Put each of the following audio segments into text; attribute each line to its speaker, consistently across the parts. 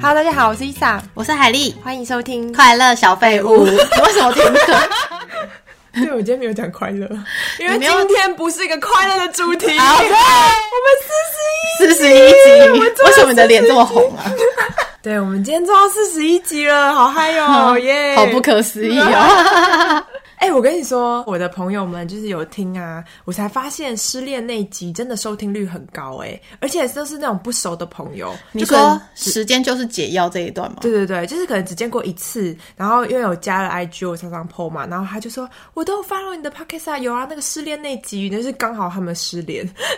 Speaker 1: Hello，大家好，我是伊萨，
Speaker 2: 我是海丽，
Speaker 1: 欢迎收听。
Speaker 2: 快乐小 废物。为什么停顿？
Speaker 1: 对，我今天没有讲快 乐，因为
Speaker 2: 你没
Speaker 1: 今
Speaker 2: 有
Speaker 1: 天不是一个快乐的主题。
Speaker 2: 好
Speaker 1: 我
Speaker 2: 对
Speaker 1: 们四
Speaker 2: 四十一集，
Speaker 1: 我真的
Speaker 2: 为什么你的脸这么红啊？
Speaker 1: 十一，对，我们今天做到四十一集了，好嗨 哦，耶！
Speaker 2: 好不可思议哦！
Speaker 1: 哎、我跟你说，我的朋友们就是有听啊，我才发现失恋那一集真的收听率很高哎、而且都是那种不熟的朋友。
Speaker 2: 你
Speaker 1: 就可能
Speaker 2: 说时间就是解药这一段吗？
Speaker 1: 对对对，就是可能只见过一次，然后因为我加了 IG，我常常 PO 嘛，然后他就说我都有 follow 你的 podcast 啊，有啊，那个失恋那集，那是刚好他们失恋，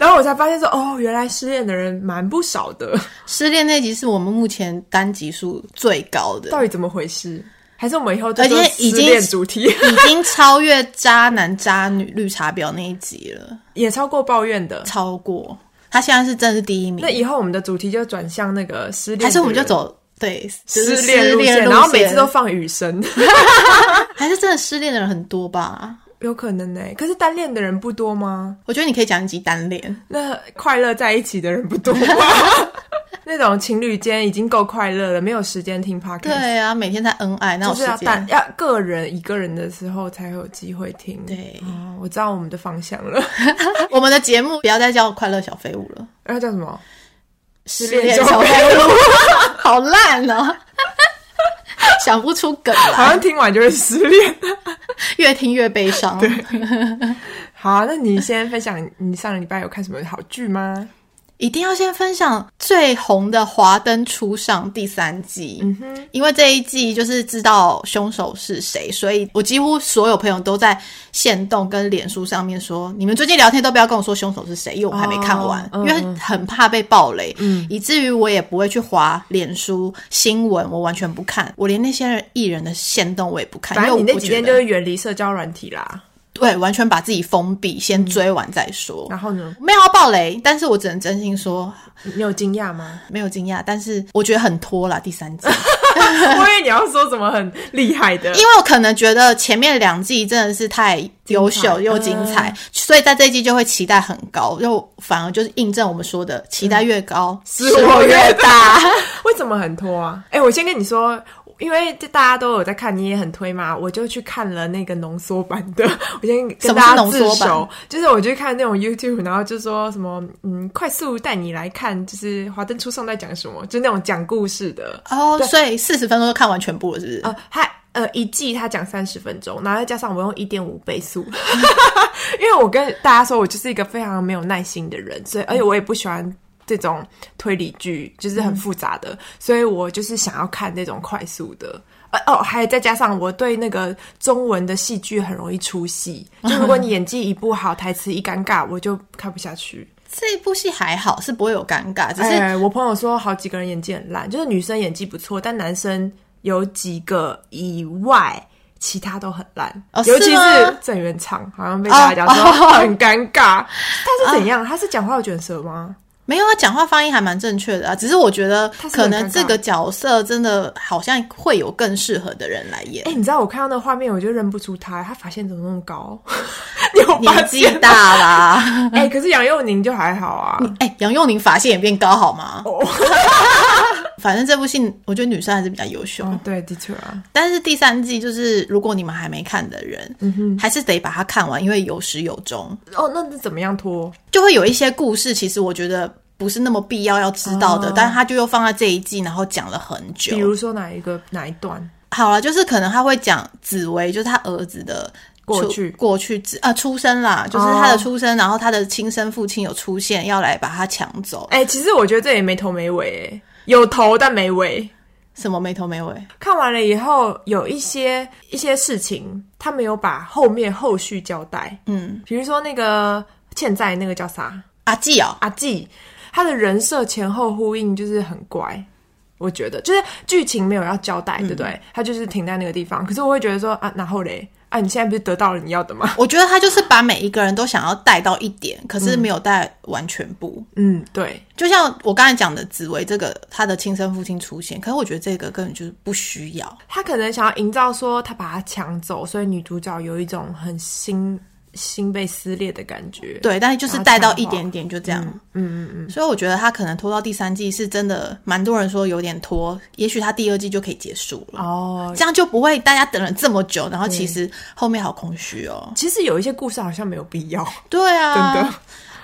Speaker 1: 然后我才发现说哦，原来失恋的人蛮不少的，
Speaker 2: 失恋那集是我们目前单集数最高的，
Speaker 1: 到底怎么回事？还是我们以后就
Speaker 2: 而且
Speaker 1: 做
Speaker 2: 已
Speaker 1: 失
Speaker 2: 经
Speaker 1: 恋主题
Speaker 2: 已经超越渣男渣女绿茶婊那一集了，
Speaker 1: 也超过抱怨的。
Speaker 2: 超过。他现在是真的是第一名
Speaker 1: 那，以后我们的主题就转向那个失恋，
Speaker 2: 还是我们就。走对就是
Speaker 1: 失
Speaker 2: 失
Speaker 1: 恋
Speaker 2: 恋
Speaker 1: 路线，
Speaker 2: 路
Speaker 1: 然后每次都放雨声，
Speaker 2: 还是真的失恋的人很多吧？
Speaker 1: 有可能呢、可是单恋的人不多吗？
Speaker 2: 我觉得你可以讲一集单恋，
Speaker 1: 那快乐在一起的人不 多吗？那种情侣间已经够快乐了，没有时间听 podcast，
Speaker 2: 对啊，每天在恩爱，哪有
Speaker 1: 就
Speaker 2: 时
Speaker 1: 是要
Speaker 2: 间
Speaker 1: 单？要个人一个人的时候才有机会听。
Speaker 2: 对嗯
Speaker 1: 哦，我知道我们的方向了。
Speaker 2: 我们的节目不要再叫快乐小废物了，
Speaker 1: 然后叫什么？失
Speaker 2: 失
Speaker 1: 恋
Speaker 2: 恋
Speaker 1: 小
Speaker 2: 小
Speaker 1: 废
Speaker 2: 废物， 好烂哦，想不出梗
Speaker 1: 好
Speaker 2: 来，
Speaker 1: 像听完就会失 恋。
Speaker 2: 越听越悲 伤。
Speaker 1: 好啊，那你先分享你上礼拜有看什么好剧 吗？
Speaker 2: 一定要先分享最红的《华灯初上》第三季，
Speaker 1: 嗯
Speaker 2: 因为这一季就是知道凶手是谁，所以我几乎所有朋友都在线动跟脸书上面说，你们最近聊天都不要跟我说凶手是谁，因为我还没看完，
Speaker 1: 哦嗯嗯
Speaker 2: 因为很怕被暴雷，以至于我也不会去划脸书新闻，我完全不看，我连那些人艺人的线动我也不看，
Speaker 1: 反
Speaker 2: 因为
Speaker 1: 正你
Speaker 2: 我
Speaker 1: 那
Speaker 2: 我
Speaker 1: 几
Speaker 2: 觉
Speaker 1: 天
Speaker 2: 得
Speaker 1: 就是远离社交软体
Speaker 2: 哎
Speaker 1: 啦。
Speaker 2: 对，完全把自己封闭，
Speaker 1: 嗯
Speaker 2: 先追完再说。
Speaker 1: 然后呢，
Speaker 2: 没有要暴雷，但是我只能真心说，
Speaker 1: 你你有惊讶吗？
Speaker 2: 没有惊讶，但是我觉得很拖啦。第三季，
Speaker 1: 我以为你要说什么很厉害的
Speaker 2: 因。为我可能觉得前面两季真的是太优秀又精彩，
Speaker 1: 嗯
Speaker 2: 所以在这一季就会期待很高，又反而就是印证我们说的，期待越高，失
Speaker 1: 失
Speaker 2: 落
Speaker 1: 落嗯越
Speaker 2: 越大。
Speaker 1: 为什么很拖啊？哎、我先跟你说，因为这大家都有在看，你也很推嘛，我就去看了那个浓缩版的。 我先跟
Speaker 2: 什么
Speaker 1: 大
Speaker 2: 是
Speaker 1: 家
Speaker 2: 浓
Speaker 1: 自
Speaker 2: 缩版
Speaker 1: 首，就是我去看那种 YouTube，然后就说什么嗯，快速带你来看，就是《华灯初上》在讲什么，就是那种讲故事的。
Speaker 2: 哦、所以四十分钟就看完全部了，是不是？
Speaker 1: 呃，它呃一季它讲三十分钟，然后再加上我用一点五倍速，因为我跟大家说我就是一个非常没有耐心的人，所以而且我也不喜欢。这种推理剧就是很复杂的，所以我就是想要看那种快速的。呃哦，还再加上我对那个中文的戏剧很容易出戏，就如果你演技一不好，台词一尴尬，我就看不下去。
Speaker 2: 这一部戏还好，是不会有尴尬，只是、
Speaker 1: 哎，我朋友说好几个人演技很烂，就是女生演技不错，但男生有几个以外。其他都很烂，
Speaker 2: 哦
Speaker 1: 尤其
Speaker 2: 是吗
Speaker 1: 是哦郑元畅，好像被大家讲说 很尴尬。他是怎样？他是讲话有卷舌吗？
Speaker 2: 没有啊，讲话发音还蛮正确的啊。只是我觉得
Speaker 1: 他是
Speaker 2: 可
Speaker 1: 很
Speaker 2: 能
Speaker 1: 尴尬
Speaker 2: 这个角色真的好像会有更适合的人来演
Speaker 1: 哎、。你知道我看到那画面，我就认不出他，他发线怎么那么高？ 你有发
Speaker 2: 年纪
Speaker 1: 现？
Speaker 2: 大啦，
Speaker 1: 哎、可是杨佑宁就还好啊。
Speaker 2: 哎、杨佑宁发线也变高好吗？
Speaker 1: 哦，
Speaker 2: 反正这部戏，我觉得女生还是比较优秀。
Speaker 1: 对，的确啊，
Speaker 2: 但是第三季就是，如果你们还没看的人，
Speaker 1: 嗯
Speaker 2: 还是得把它看完，因为有始有终，
Speaker 1: 哦，那是怎么样拖？
Speaker 2: 就会有一些故事，其实我觉得不是那么必要要知道的，但是他就又放在这一季，然后讲了很久
Speaker 1: 哦比。如说哪一个哪一段？
Speaker 2: 好了，就是可能他会讲紫薇，就是他儿子的
Speaker 1: 过
Speaker 2: 出
Speaker 1: 去哦
Speaker 2: 过去之啊出生啦，就是他的出生，然后他的亲生父亲有出现，要来把他抢走，
Speaker 1: 哎、其实我觉得这也没头没尾、哎，有头但没尾。
Speaker 2: 什么没头没尾。
Speaker 1: 看完了以后，有一些一些事情，他没有把后面后续交代。嗯，比如说那个欠债那个叫啥
Speaker 2: 阿纪哦，
Speaker 1: 阿纪，他的人设前后呼应就是很怪，我觉得就是剧情没有要交代，对不对？他就是停在那个地方。可是我会觉得说啊，然后嘞，啊，你现在不是得到了你要的吗？
Speaker 2: 我觉得他就是把每一个人都想要带到一点，可是没有带完全部。
Speaker 1: 嗯，对，
Speaker 2: 就像我刚才讲的，紫薇这个他的亲生父亲出现，可是我觉得这个根本就是不需要。
Speaker 1: 他可能想要营造说他把他抢走，所以女主角有一种很心心被撕裂的感觉。
Speaker 2: 对，但是就是带到一点点，就这样。
Speaker 1: 嗯嗯嗯，
Speaker 2: 所以我觉得他可能拖到第三季是真的，蛮多人说有点拖，也许他第二季就可以结束了，
Speaker 1: 哦，嗯
Speaker 2: 这样就不会大家等了这么久，然后其实后面好空虚哦。
Speaker 1: 其实有一些故事好像没有必要。
Speaker 2: 对啊，
Speaker 1: 真的嗯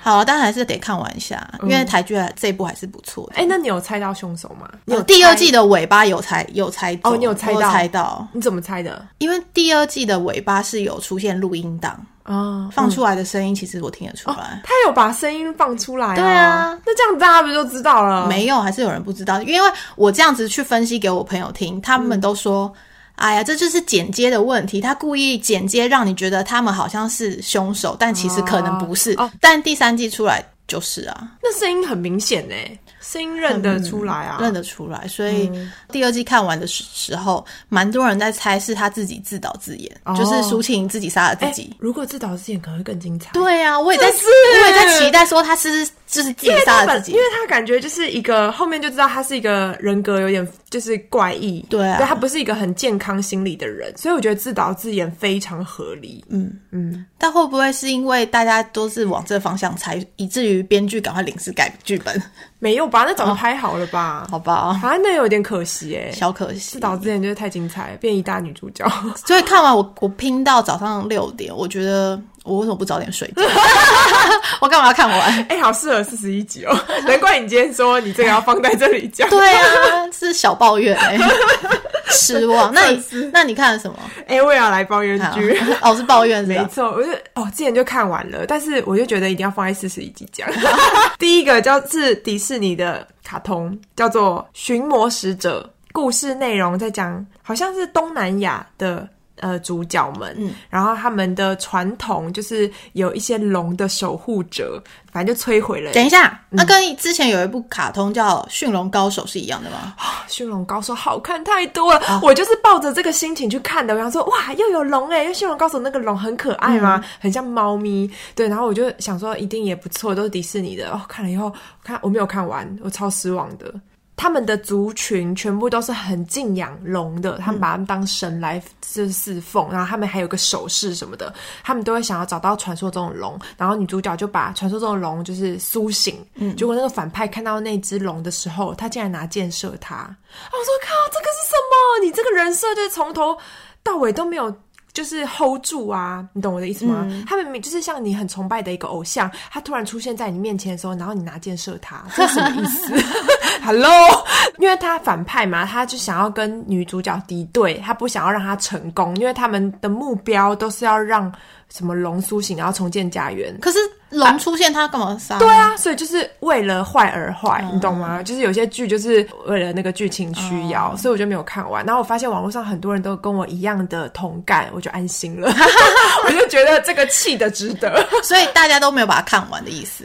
Speaker 2: 好，但还是得看完一下，因为台剧还啊这一部还是不错的。
Speaker 1: 哎、那你有猜到凶手吗？你有
Speaker 2: 哦第二
Speaker 1: 猜
Speaker 2: 季的尾巴有猜有猜中
Speaker 1: 哦你有猜
Speaker 2: 我
Speaker 1: 到
Speaker 2: 猜到，
Speaker 1: 你怎么猜的？
Speaker 2: 因为第二季的尾巴是有出现录音档，
Speaker 1: 啊、
Speaker 2: 放出来的声音其实我听得出来。
Speaker 1: 他有把声音放出来、哦。
Speaker 2: 对啊，
Speaker 1: 那这样大家不就知道了？
Speaker 2: 没有，还是有人不知道，因为我这样子去分析给我朋友听，他
Speaker 1: 嗯
Speaker 2: 们都说。哎呀，这就是剪接的问题。他故意剪接，让你觉得他们好像是凶手，但其实可能不是。
Speaker 1: 哦哦
Speaker 2: 但第三季出来就是啊，
Speaker 1: 那声音很明显呢，声音认得出来啊。嗯
Speaker 2: 认得出来。所以第二季看完的时时候，蛮多人在猜是他自己自导自演，
Speaker 1: 哦
Speaker 2: 就是苏庆自己杀了自
Speaker 1: 哎
Speaker 2: 己。
Speaker 1: 如果自导自演可能会更精彩。
Speaker 2: 对啊，我也在，
Speaker 1: 是
Speaker 2: 我也在期待说他是就是自己
Speaker 1: 因为
Speaker 2: 杀
Speaker 1: 他
Speaker 2: 了
Speaker 1: 本，
Speaker 2: 自己，
Speaker 1: 因为他感觉就是一个后面就知道他是一个人格有点就是怪异，
Speaker 2: 对啊
Speaker 1: 他不是一个很健康心理的人，所以我觉得自导自演非常合理。嗯嗯，
Speaker 2: 但会不会是因为大家都是往这方向猜，以至于编剧赶快临时改剧本？
Speaker 1: 没有吧？那早就
Speaker 2: 哦
Speaker 1: 拍好了吧？
Speaker 2: 好吧，
Speaker 1: 啊，那有点可惜哎，
Speaker 2: 小可惜
Speaker 1: 自。导自演就是太精彩了，变一大女主角。
Speaker 2: 所以看完我，我拼到早上六点，我觉得我为什么不早点 睡觉？我干嘛要看完？
Speaker 1: 哎、好适合四十一集哦， 难怪你今天说你这个要放在这里讲。
Speaker 2: 对啊，是小抱怨 哎、失望。那你那你看了什么？
Speaker 1: 哎、我也要来抱怨
Speaker 2: 好
Speaker 1: 剧。
Speaker 2: 哦， 是抱怨是
Speaker 1: 没
Speaker 2: 吧？
Speaker 1: 错，我就哦，之前就看完了，但是我就觉得一定要放在四十一集讲。 第一个叫是迪士尼的卡通，叫做《寻魔使者》，故事内容在讲好像是东南亚的。呃，主角们，
Speaker 2: 嗯
Speaker 1: 然后他们的传统就是有一些龙的守护者，反正就摧毁了
Speaker 2: 等一下，
Speaker 1: 嗯
Speaker 2: 那、跟之前有一部卡通叫《驯龙高手》是一样的吗？
Speaker 1: 驯龙高手好看太多了，我就是抱着这个心情去看的。我想说，哇，又有龙哎、因为驯龙高手那个龙很可爱嘛，很像猫咪。对，然后我就想说，一定也不错，都是迪士尼的。哦，看了以后，看我没有看完，我超失望的。他们的族群全部都是很敬仰龙的，他们把他们当神来就是侍奉，然后他们还有个手势什么的，他们都会想要找到传说中的龙。然后女主角就把传说中的龙就是苏醒，结果那个反派看到那只龙的时候，他竟然拿箭射他。啊，我说靠，这个是什么？你这个人设就是从头到尾都没有。就是 hold 住啊，你懂我的意思吗？他们明就是像你很崇拜的一个偶像，他突然出现在你面前的时候，然后你拿箭射他，这是什么意思？Hello，因为他反派嘛，他就想要跟女主角敌对，他不想要让她成功，因为他们的目标都是要让什么龙苏醒，然后重建家园。
Speaker 2: 可是龙出现，他干嘛杀？
Speaker 1: 啊对啊，所以就是为了坏而坏，
Speaker 2: 嗯
Speaker 1: 你懂吗？就是有些剧就是为了那个剧情需要，
Speaker 2: 嗯
Speaker 1: 所以我就没有看完。然后我发现网络上很多人都跟我一样的同感，我就安心了， 我就觉得这个气的值得。
Speaker 2: 所以大家都没有把它看完的意思，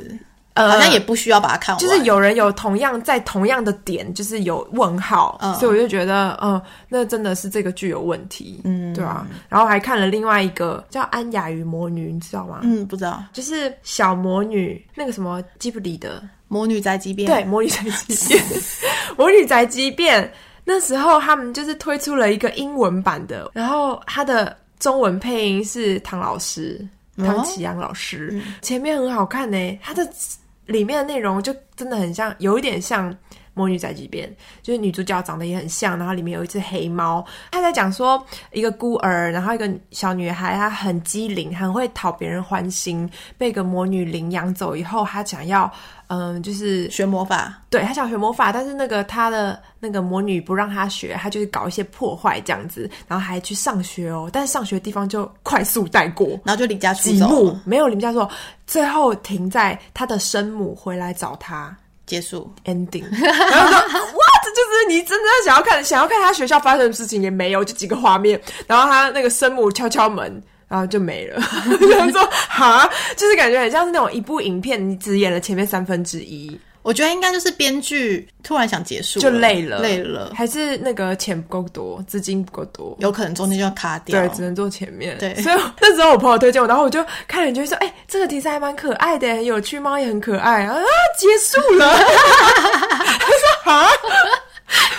Speaker 1: 呃
Speaker 2: 好像也不需要把它看完。
Speaker 1: 就是有人有同样在同样的点，就是有问号，
Speaker 2: 嗯
Speaker 1: 所以我就觉得，嗯，那真的是这个剧有问题，嗯，对啊。然后还看了另外一个叫《安雅与魔女》，你知道吗？
Speaker 2: 嗯，不知道
Speaker 1: 就是小魔女那个什么吉卜力的，
Speaker 2: 魔女宅急便
Speaker 1: 对，《魔女宅急便》， 《魔女宅急便》那时候他们就是推出了一个英文版的，然后它的中文配音是唐老师，唐启阳老师，前面很好看呢、欸它的里面的内容就真的很像，有一点像。魔女宅急便就是女主角长得也很像，然后里面有一只黑猫，她在讲说一个孤儿，然后一个小女孩，她很机灵，很会讨别人欢心，被一个魔女领养走以后，她想要嗯，就是
Speaker 2: 学魔法，
Speaker 1: 对他想学魔法，但是那个他的那个魔女不让他学，他就是搞一些破坏这样子，然后还去上学哦，但是上学的地方就快速带过。
Speaker 2: 然后就离家出
Speaker 1: 几
Speaker 2: 走
Speaker 1: 幕
Speaker 2: 了，
Speaker 1: 没有林家说，最后停在他的生母回来找他
Speaker 2: 结束。
Speaker 1: ending，然后说 what 就是你真的想要看想要看他学校发生的事情也没有，就几个画面，然后他那个生母敲敲门。然后就没了， 然后说哈，就是感觉很像是那种一部影片，你只演了前面三分之一，
Speaker 2: 我觉得应该就是编剧突然想结束，
Speaker 1: 就累了，
Speaker 2: 累了，
Speaker 1: 还是那个钱不够多，资金不够多。
Speaker 2: 有可能中间就要卡掉
Speaker 1: 对，。只能做前面。
Speaker 2: 对
Speaker 1: 所以那时候我 朋友推荐我，然后我就看了，觉得说，哎、这个题材还蛮可爱的，很有 趣，猫也很可爱，然后啊，结束了。他说啊，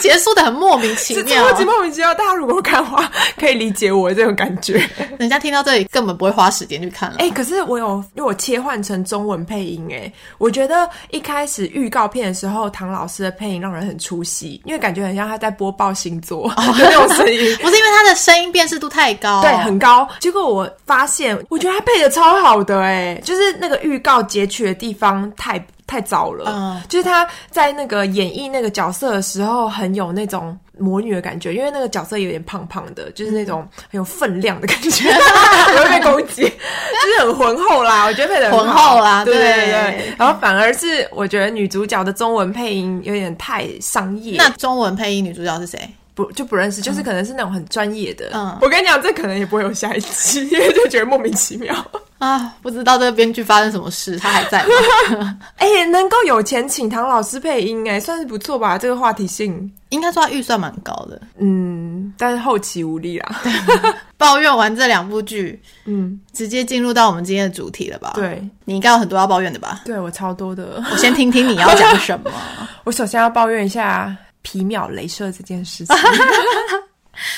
Speaker 2: 结束的很莫名其
Speaker 1: 这
Speaker 2: 妙
Speaker 1: 超。级莫名其妙。大家如果看的话，可以理解我这种感觉。
Speaker 2: 人家听到这里根本不会花时间去看了。
Speaker 1: 哎、可是我有，因为我切换成中文配音、哎，我觉得一开始预告片的时候，唐老师的配音让人很出戏，因为感觉很像他在播报星座
Speaker 2: 哦
Speaker 1: 的那种声音。
Speaker 2: 不是因为他的声音辨识度太高，
Speaker 1: 对，很高。结果我发现，我觉得他配的超好的、哎，就是那个预告截取的地方太太早了，
Speaker 2: 嗯
Speaker 1: 就是他在那个演绎那个角色的时候，很有那种魔女的感觉，因为那个角色有点胖胖的，就是那种
Speaker 2: 嗯
Speaker 1: 很有分量的感觉， 容易被攻击， 就是很浑厚啦。我觉得配的
Speaker 2: 浑厚啦
Speaker 1: 对
Speaker 2: 对
Speaker 1: 对对。然后反而是我觉得女主角的中文配音有点太商业，
Speaker 2: 那中文配音女主角是谁？
Speaker 1: 不就不认识，就是可能是那种很专业的。
Speaker 2: 嗯
Speaker 1: 我跟你讲，这可能也不会有下一期， 因为就觉得莫名其 妙。
Speaker 2: 啊，不知道这个编剧发生什么事，他还 在吗？
Speaker 1: 哎、能够有钱请唐老师配音、哎，算是不错吧，这个话题性。
Speaker 2: 应该说他预算蛮高的。
Speaker 1: 嗯，但是后期无力啦。
Speaker 2: 抱怨完这两部剧，
Speaker 1: 嗯，
Speaker 2: 直接进入到我们今天的主题了吧？，
Speaker 1: 对，
Speaker 2: 你应该有很多要抱怨的吧？
Speaker 1: 对我超多的。
Speaker 2: 我先听听你要讲 什么。
Speaker 1: 我首先要抱怨一下皮秒镭射这件事 情。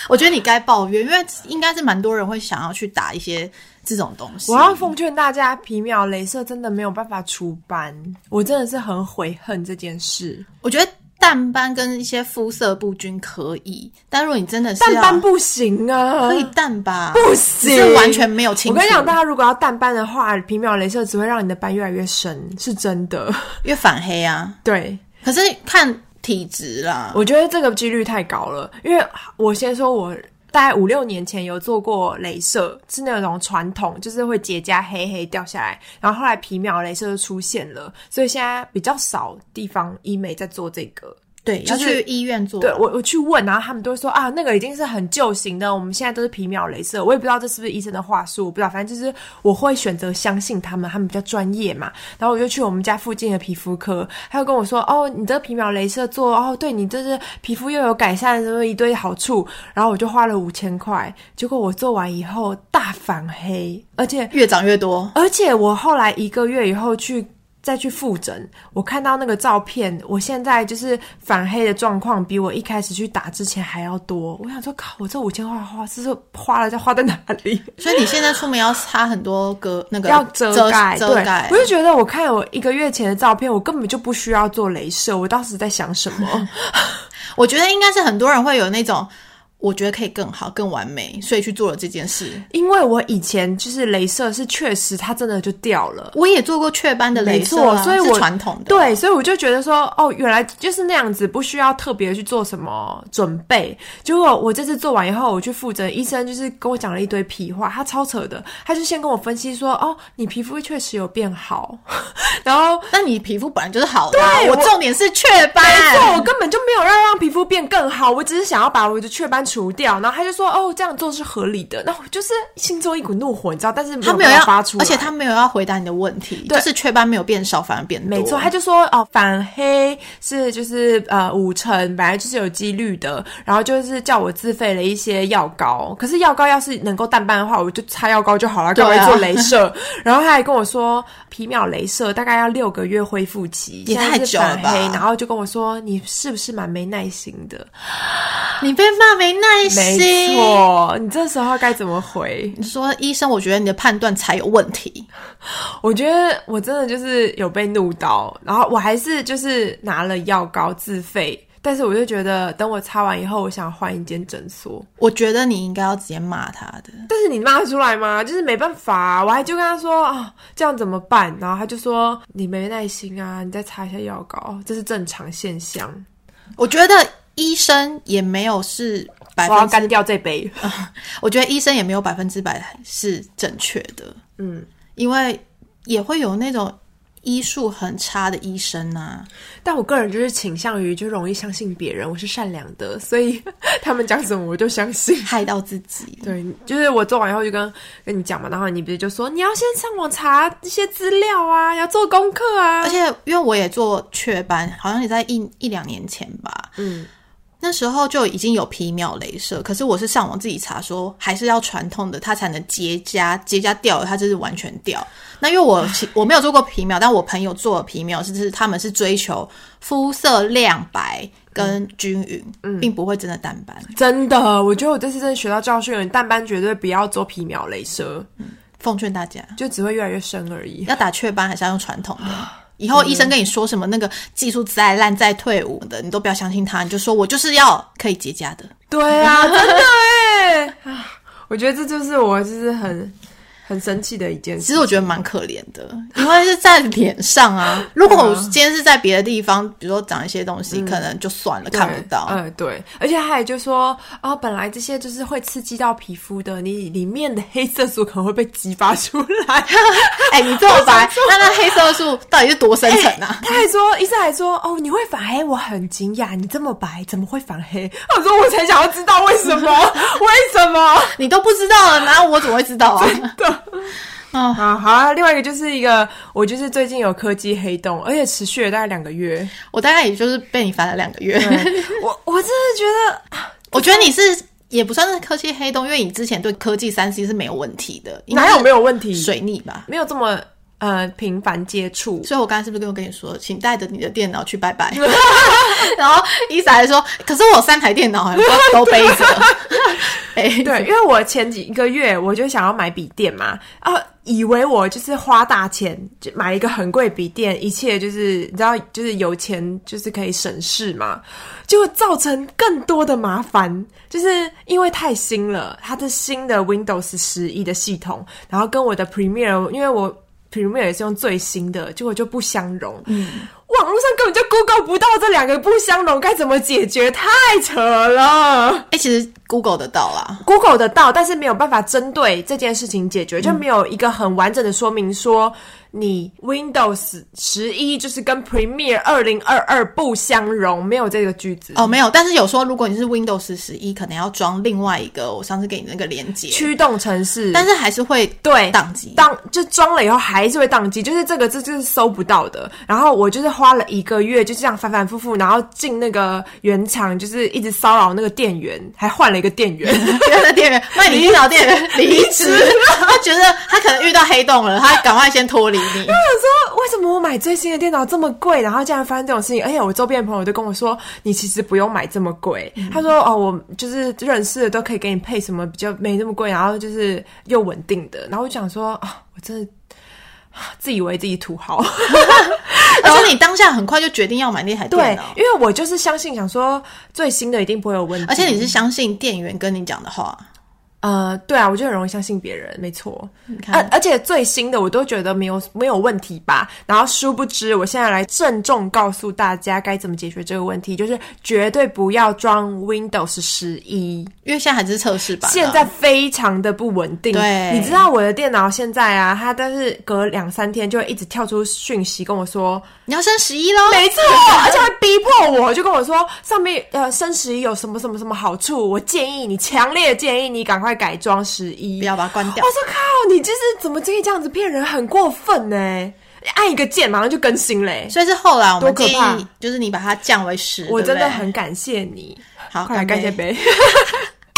Speaker 2: 我觉得你该抱怨，因为应该是蛮多人会想要去打一些这种东西
Speaker 1: 我。要奉劝大家，皮秒镭射真的没有办法除斑，我真的是很悔恨这件事。
Speaker 2: 我觉得淡斑跟一些肤色不均可以，但如果你真的是
Speaker 1: 淡
Speaker 2: 要
Speaker 1: 斑不行啊，
Speaker 2: 可以淡吧，
Speaker 1: 不
Speaker 2: 只
Speaker 1: 行，
Speaker 2: 是完全没有清
Speaker 1: 我
Speaker 2: 楚。
Speaker 1: 跟你讲，大家如果要淡斑的话，皮秒镭射只会让你的斑越来越深，是真的。
Speaker 2: 越反黑啊，
Speaker 1: 对，
Speaker 2: 可是看体质啦。
Speaker 1: 我觉得这个几率太高了，因为我先说我。大概五六年前有做过镭射，是那种传统，就是会结痂黑黑掉下来，然后后来皮秒镭射就出现了，所以现在比较少地方医美在做这个。
Speaker 2: 对，
Speaker 1: 就
Speaker 2: 要
Speaker 1: 是
Speaker 2: 去医院做。
Speaker 1: 对我我去问，然后他们都会说啊，那个已经是很旧型的，我们现在都是皮秒镭射。我也不知道这是不是医生的话术，我不知道，反正就是我会选择相信他们，他们比较专业嘛。然后我就去我们家附近的皮肤科，他就跟我说哦，你这个皮秒镭射做哦，对你这是皮肤又有改善，什么一堆好处。然后我就花了五千块，结果我做完以后大反黑，而且
Speaker 2: 越长越多，
Speaker 1: 而且我后来一个月以后去再去复诊，我看到那个照片，我现在就是反黑的状况比我一开始去打之前还要多。我想说，靠，我这五千块花是说花了，再花在哪里？
Speaker 2: 所以你现在出门要擦很多个那个
Speaker 1: 要遮盖，
Speaker 2: 遮
Speaker 1: 对
Speaker 2: 盖，
Speaker 1: 我就觉得我看我一个月前的照片，我根本就不需要做镭射。我当时在想什么？
Speaker 2: 我觉得应该是很多人会有那种，我觉得可以更好、更完美，所以去做了这件事。
Speaker 1: 因为我以前就是镭射是确实它真的就掉了。
Speaker 2: 我也做过雀斑的
Speaker 1: 没
Speaker 2: 镭射
Speaker 1: 错
Speaker 2: 啊、，
Speaker 1: 所以
Speaker 2: 是
Speaker 1: 我
Speaker 2: 传统的。
Speaker 1: 对，所以我就觉得说，哦，原来就是那样子，不需要特别去做什么准备。结果我这次做完以后，我去复诊，医生就是跟我讲了一堆屁话，他超扯的，他就先跟我分析说，哦，你皮肤确实有变好， 然后。
Speaker 2: 那你皮肤本来就是好的、啊
Speaker 1: 对
Speaker 2: 我
Speaker 1: 我
Speaker 2: 重点是雀
Speaker 1: 没错，
Speaker 2: 斑
Speaker 1: 我。根本就没有要让皮肤变更好，我只是想要把我的雀斑除掉。然后他就说：“哦，这样做是合理的。”那我就是心中一股怒火，你知道，但是
Speaker 2: 他没
Speaker 1: 没有
Speaker 2: 有
Speaker 1: 办
Speaker 2: 要
Speaker 1: 法发出，
Speaker 2: 而且
Speaker 1: 来
Speaker 2: 他没有要回答你的问题，就是雀斑没有变少，反而变多。
Speaker 1: 没错，他就说哦，反黑是就是呃五成，本来就是有几率的，然后就是叫我自费了一些药膏，可是药膏要是能够淡斑的话，我就擦药膏就好了，
Speaker 2: 对
Speaker 1: 干
Speaker 2: 啊
Speaker 1: 嘛要做镭射？然后他还跟我说皮秒镭射大概要六个月恢复期，
Speaker 2: 也
Speaker 1: 现在
Speaker 2: 太
Speaker 1: 是
Speaker 2: 久了
Speaker 1: 反
Speaker 2: 吧
Speaker 1: 黑然后就跟我说你是不是蛮没耐心的？
Speaker 2: 你被骂没耐心。
Speaker 1: 没错，你这时候该怎么回？
Speaker 2: 你说医生，我觉得你的判断才有问题。
Speaker 1: 我觉得我真的就是有被怒到，然后我还是就是拿了药膏自费，但是我就觉得等我擦完以后，我想换一间诊所。
Speaker 2: 我觉得你应该要直接骂他的。
Speaker 1: 但是你骂得出来吗？就是没办法、我还就跟他说啊、这样怎么办？然后他就说哦你没耐心啊，你再擦一下药膏，这是正常现象。
Speaker 2: 我觉得医生也没有哎是百
Speaker 1: 我要
Speaker 2: 分之，
Speaker 1: 干掉这杯。
Speaker 2: 我觉得医生也没有百分之百是正确的，
Speaker 1: 嗯，
Speaker 2: 因为也会有那种医术很差的医生啊。
Speaker 1: 但我个人就是倾向于就容易相信别人，我是善良的，所以 他们讲什么我就相信。
Speaker 2: 害到自己。
Speaker 1: 对，就是我做完以后就跟跟你讲嘛，然后你不是就说你要先上网查这些资料啊，要做功课啊
Speaker 2: 而，且因为我也做雀斑，好像也在一一两年前吧，
Speaker 1: 嗯，
Speaker 2: 那时候就已经有皮秒镭射，可是我是上网自己查说，还是要传统的，它才能结痂，结痂掉了它就是完全掉。那因为我其我没有做过皮秒，但我朋友做了皮秒，就是他们是追求肤色亮白跟均匀，并不会真的淡斑。
Speaker 1: 真的，我觉得我这次真的学到教训了，你淡斑绝对不要做皮秒镭射，
Speaker 2: 奉劝大家
Speaker 1: 就只会越来越深而已。
Speaker 2: 要打雀斑还是要用传统的。
Speaker 1: 啊
Speaker 2: 以后医生跟你说什么那个技术再烂再退伍的，你都不要相信他，你就说我就是要可以结痂的。
Speaker 1: 对啊，真的哎，啊我觉得这就是我就是很很生气的一件
Speaker 2: 其
Speaker 1: 事。
Speaker 2: 实我觉得蛮可怜 的，因为是在脸上啊。如果我今天是在别的地方，比如说长一些东西，可能就算了，看不到。
Speaker 1: 嗯、对，而且还有就说，哦，本来这些就是会刺激到皮肤的，你里面的黑色素可能会被激发出来。
Speaker 2: 哎、你这么 白，那那黑色素到底是多深层啊？
Speaker 1: 他还说，医生还说，哦，你会反黑，我很惊讶，你这么白怎么会反黑？我说我才想要知道为什 么，为什么？
Speaker 2: 你都不知道了，然后我怎么会知道啊？
Speaker 1: 啊，好啊，另外一个就是一个，我就是最近有科技黑洞，而且持续了大概两个月，
Speaker 2: 我大概也就是被你烦了两个月。
Speaker 1: 我我真的觉得
Speaker 2: 我觉得你是也不算是科技黑洞，因为你之前对科技三 C 是没有问题的，应该
Speaker 1: 哪
Speaker 2: 是
Speaker 1: 有没有问题，
Speaker 2: 水逆吧？
Speaker 1: 没有这么呃频繁接触，
Speaker 2: 所以我刚才是不是跟我跟你说，请带着你的电脑去拜 拜？然后伊莎还说，可是我有三台电脑，我都背 着。哎、
Speaker 1: 对，因为我前几个月我就想要买笔电嘛，啊，以为我就是花大钱就买一个很贵笔电，一切就是你知道，就是有钱就是可以省事嘛，结果造成更多的麻烦，就是因为太新了，它的新的 Windows 十一的系统，然后跟我的 Premiere，因为我 Premiere 也是用最新的，结果就不相容。嗯。网络上根本就 Google 不到这两个不相容，该怎么解决？太扯了！
Speaker 2: 哎、其实 Google 得到啦。
Speaker 1: Google 得到，但是没有办法针对这件事情
Speaker 2: 嗯
Speaker 1: 解决，就没有一个很完整的说明说你 Windows 十一就是跟 Premiere 二零二二不相容，没有这个句子。
Speaker 2: 哦，没有，但是有说如果你是 Windows 十一，可能要装另外一个我上次给你那个连接，
Speaker 1: 驱动程式，
Speaker 2: 但是还是会
Speaker 1: 对
Speaker 2: 宕机。
Speaker 1: 当就装了以后还是会宕机，就是这个这就是搜不到的。然后我就是花了一个月就这样反反复复，然后进那个原厂，就是一直骚扰那个店员，还换了一个店员。
Speaker 2: 原来 店员卖你电脑店员离职，他觉得他可能遇到黑洞了，他赶快先脱离 你。
Speaker 1: 说为什么我买最新的电脑这么贵，然后竟然发生这种事情？而且我周边的朋友都跟我说，你其实不用买这么贵。
Speaker 2: 嗯
Speaker 1: 他说哦，我就是认识的都可以给你配什么比较没那么贵，然后就是又稳定的。然后我就想说啊，我真的啊自以为自己土豪。
Speaker 2: 而且你当下很快就决定要买那台电
Speaker 1: 对
Speaker 2: 脑，，
Speaker 1: 因为我就是相信，想说最新的一定不会有问题。
Speaker 2: 啊而且你是相信店员跟你讲的话。
Speaker 1: 呃，对啊，我就很容易相信别人，没错。
Speaker 2: 你
Speaker 1: 而
Speaker 2: 看，
Speaker 1: 而且最新的我都觉得没有没有问题吧。然后殊不知，我现在来郑重告诉大家该怎么解决这个问题，就是绝对不要装 Windows 十一，
Speaker 2: 因为现在还是测试版啊，
Speaker 1: 现在非常的不稳定。
Speaker 2: 对
Speaker 1: 你知道我的电脑现在啊，它但是隔两三天就会一直跳出讯息跟我说，
Speaker 2: 你要升十一喽。
Speaker 1: 没错，而且还逼迫我，就跟我说上面呃升十一有什么什么什么好处，我建议你强烈建议你赶快改装十一，
Speaker 2: 不要把它关掉
Speaker 1: 我说靠，你就是怎么可以这样子骗人，很过分呢、按一个键马上就更新嘞、
Speaker 2: 所以是后来我们
Speaker 1: 多
Speaker 2: 建
Speaker 1: 可怕
Speaker 2: 议，就是你把它降为十，
Speaker 1: 我
Speaker 2: 对不
Speaker 1: 真
Speaker 2: 对
Speaker 1: 的很感谢你，
Speaker 2: 好，
Speaker 1: 快来干
Speaker 2: 干
Speaker 1: 些
Speaker 2: 杯。
Speaker 1: 杯。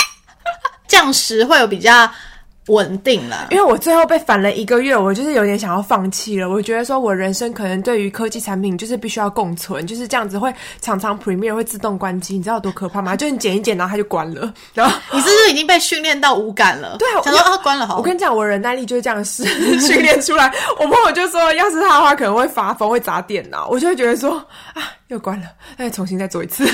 Speaker 2: 降十会有比较稳定啦
Speaker 1: 因。为我最后被烦了一个月，我就是有点想要放弃了。我觉得说我人生可能对于科技产品就是必须要共存，就是这样子会常常 Premiere 会自动关机，你知道有多可怕吗？就是你剪一剪，然后它就关了，然后。
Speaker 2: 你是不是已经被训练到无感了？
Speaker 1: 对啊
Speaker 2: 想说
Speaker 1: 我
Speaker 2: 啊，关 了好
Speaker 1: 我。跟你讲，我忍耐力就是这样是训 练出来。我朋友就说，要是他的话，可能会发疯，会砸电脑。我就会觉得说，啊，又关了，再重新再做一次。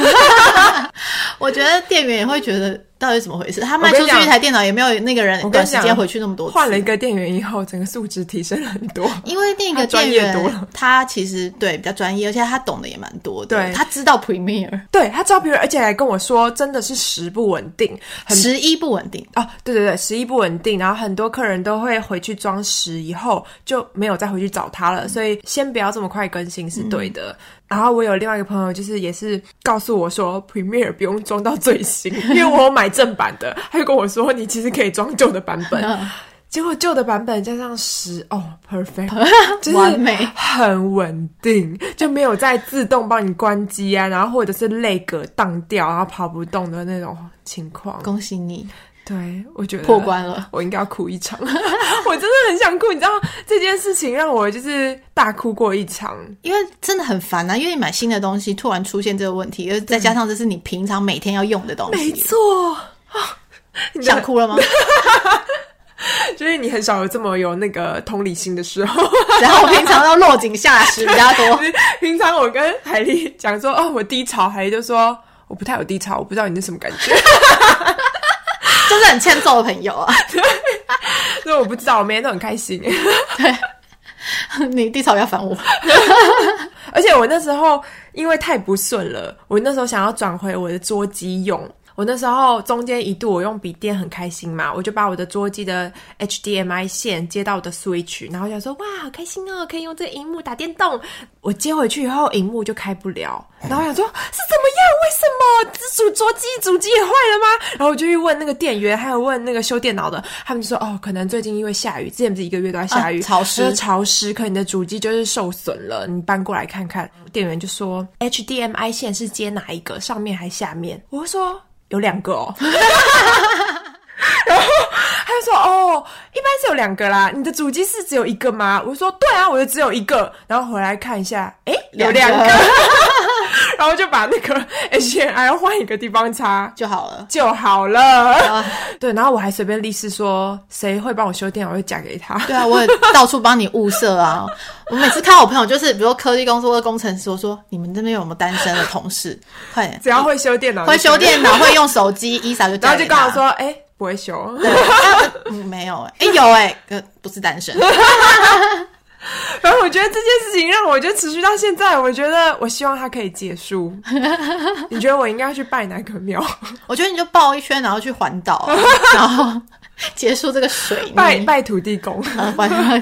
Speaker 2: 我觉得店员也会觉得到底怎么回事，他卖
Speaker 1: 我跟
Speaker 2: 出
Speaker 1: 你
Speaker 2: 去
Speaker 1: 讲啊
Speaker 2: 一台电脑也没有那个人
Speaker 1: 我跟
Speaker 2: 短
Speaker 1: 你
Speaker 2: 时
Speaker 1: 讲啊
Speaker 2: 间回去那么多次，
Speaker 1: 换了一个店员以后，整个素质提升了很多。
Speaker 2: 因为那个
Speaker 1: 他专
Speaker 2: 店
Speaker 1: 业多
Speaker 2: 员
Speaker 1: 了
Speaker 2: 他其实对比较专业，而且他懂得也蛮多的，
Speaker 1: 对
Speaker 2: 他知道 Premiere
Speaker 1: 对他招别人，而且还跟我说，真的是十不稳定，很
Speaker 2: 十一不稳定，
Speaker 1: 啊，对对对，十一不稳定，然后很多客人都会回去装十以后就没有再回去找他了，所以先不要这么快更新是对的。然后我有另外一个朋友，就是也是告诉我说 Premiere 不用 装到最新，因为我有买正版的，他就跟我说你其实可以装旧的版本。结果旧的版本加上十，哦，perfect，就是
Speaker 2: 完美
Speaker 1: 很稳定，就没有再自动帮你关机啊，然后或者是内格荡掉，然后跑不动的那种情况。
Speaker 2: 恭喜你
Speaker 1: 对，啊我觉得
Speaker 2: 破关了。
Speaker 1: 我应该要哭一场，我 真的很想哭。你知道这件事情让我就是大哭过一场，
Speaker 2: 因为真的很烦啊，因为你买新的东西突然出现这个问题，而再加上这是你平常每天要用的东
Speaker 1: 嗯没
Speaker 2: 西，
Speaker 1: 错， 你
Speaker 2: 想哭了吗？
Speaker 1: 就是你很少有这么有那个同理心的时 候。
Speaker 2: 然后我平常要落井下 石比较多，
Speaker 1: 平常我跟海丽讲说，哦，我低潮，海丽就说我不太有低潮，我不知道你是什么感觉，
Speaker 2: 就是很欠揍的朋友啊。
Speaker 1: 所以我不知道，我每天都很开心。
Speaker 2: 你低潮不要烦我，
Speaker 1: 而且我那时候因为太不顺了，我那时候想要转回我的桌机用。我那时候中间一度我用笔电很开心嘛，我就把我的桌机的 HDMI 线接到我的 Switch，然后想说哇好开心哦，可以用这个荧幕打电动。我接回去以后，荧幕就开不了，然后想说是怎么样？为什么？这主桌机主机也坏了吗？然后我就去问那个店员，还有问那个修电脑的，他们就说哦，可能最近因为下雨，之前不是一个月都在下雨，
Speaker 2: 啊潮湿
Speaker 1: 就是潮湿，可能你的主机就是受损了，你搬过来看看。店员就说 HDMI 线是接哪一个，上面还下面？我就说有两个 哦。然后他就说：“哦，一般是有两个啦，你的主机是只有一个吗？”我就说：“对啊，我就只有一个。”然后回来看一下，诶，有两个， 然后就把那个 HDMI 换一个地方插
Speaker 2: 就好了。
Speaker 1: 就好了。
Speaker 2: 啊
Speaker 1: 对，然后我还随便立誓说，谁会帮我修电脑，我就嫁给他。
Speaker 2: 对啊，我也到处帮你物色啊。我每次看到我朋友，就是比如说科技公司或者工程师，我说你们这边有没有单身的同事？快点，
Speaker 1: 只要会修电脑，
Speaker 2: 会修电脑，会用手机，伊莎就
Speaker 1: 然
Speaker 2: 嫁
Speaker 1: 后就
Speaker 2: 给
Speaker 1: 跟
Speaker 2: 他
Speaker 1: 我说，哎、不会修。
Speaker 2: 嗯，没有哎、欸有哎、可不是单身，
Speaker 1: 反正我觉得这件事情让我就持续到现在，我觉得我希望它可以结 束。你觉得我应该去拜哪个庙？
Speaker 2: 我觉得你就抱一圈，然后去环岛，然后结束这个水逆
Speaker 1: 拜拜土地 公。
Speaker 2: 呃拜拜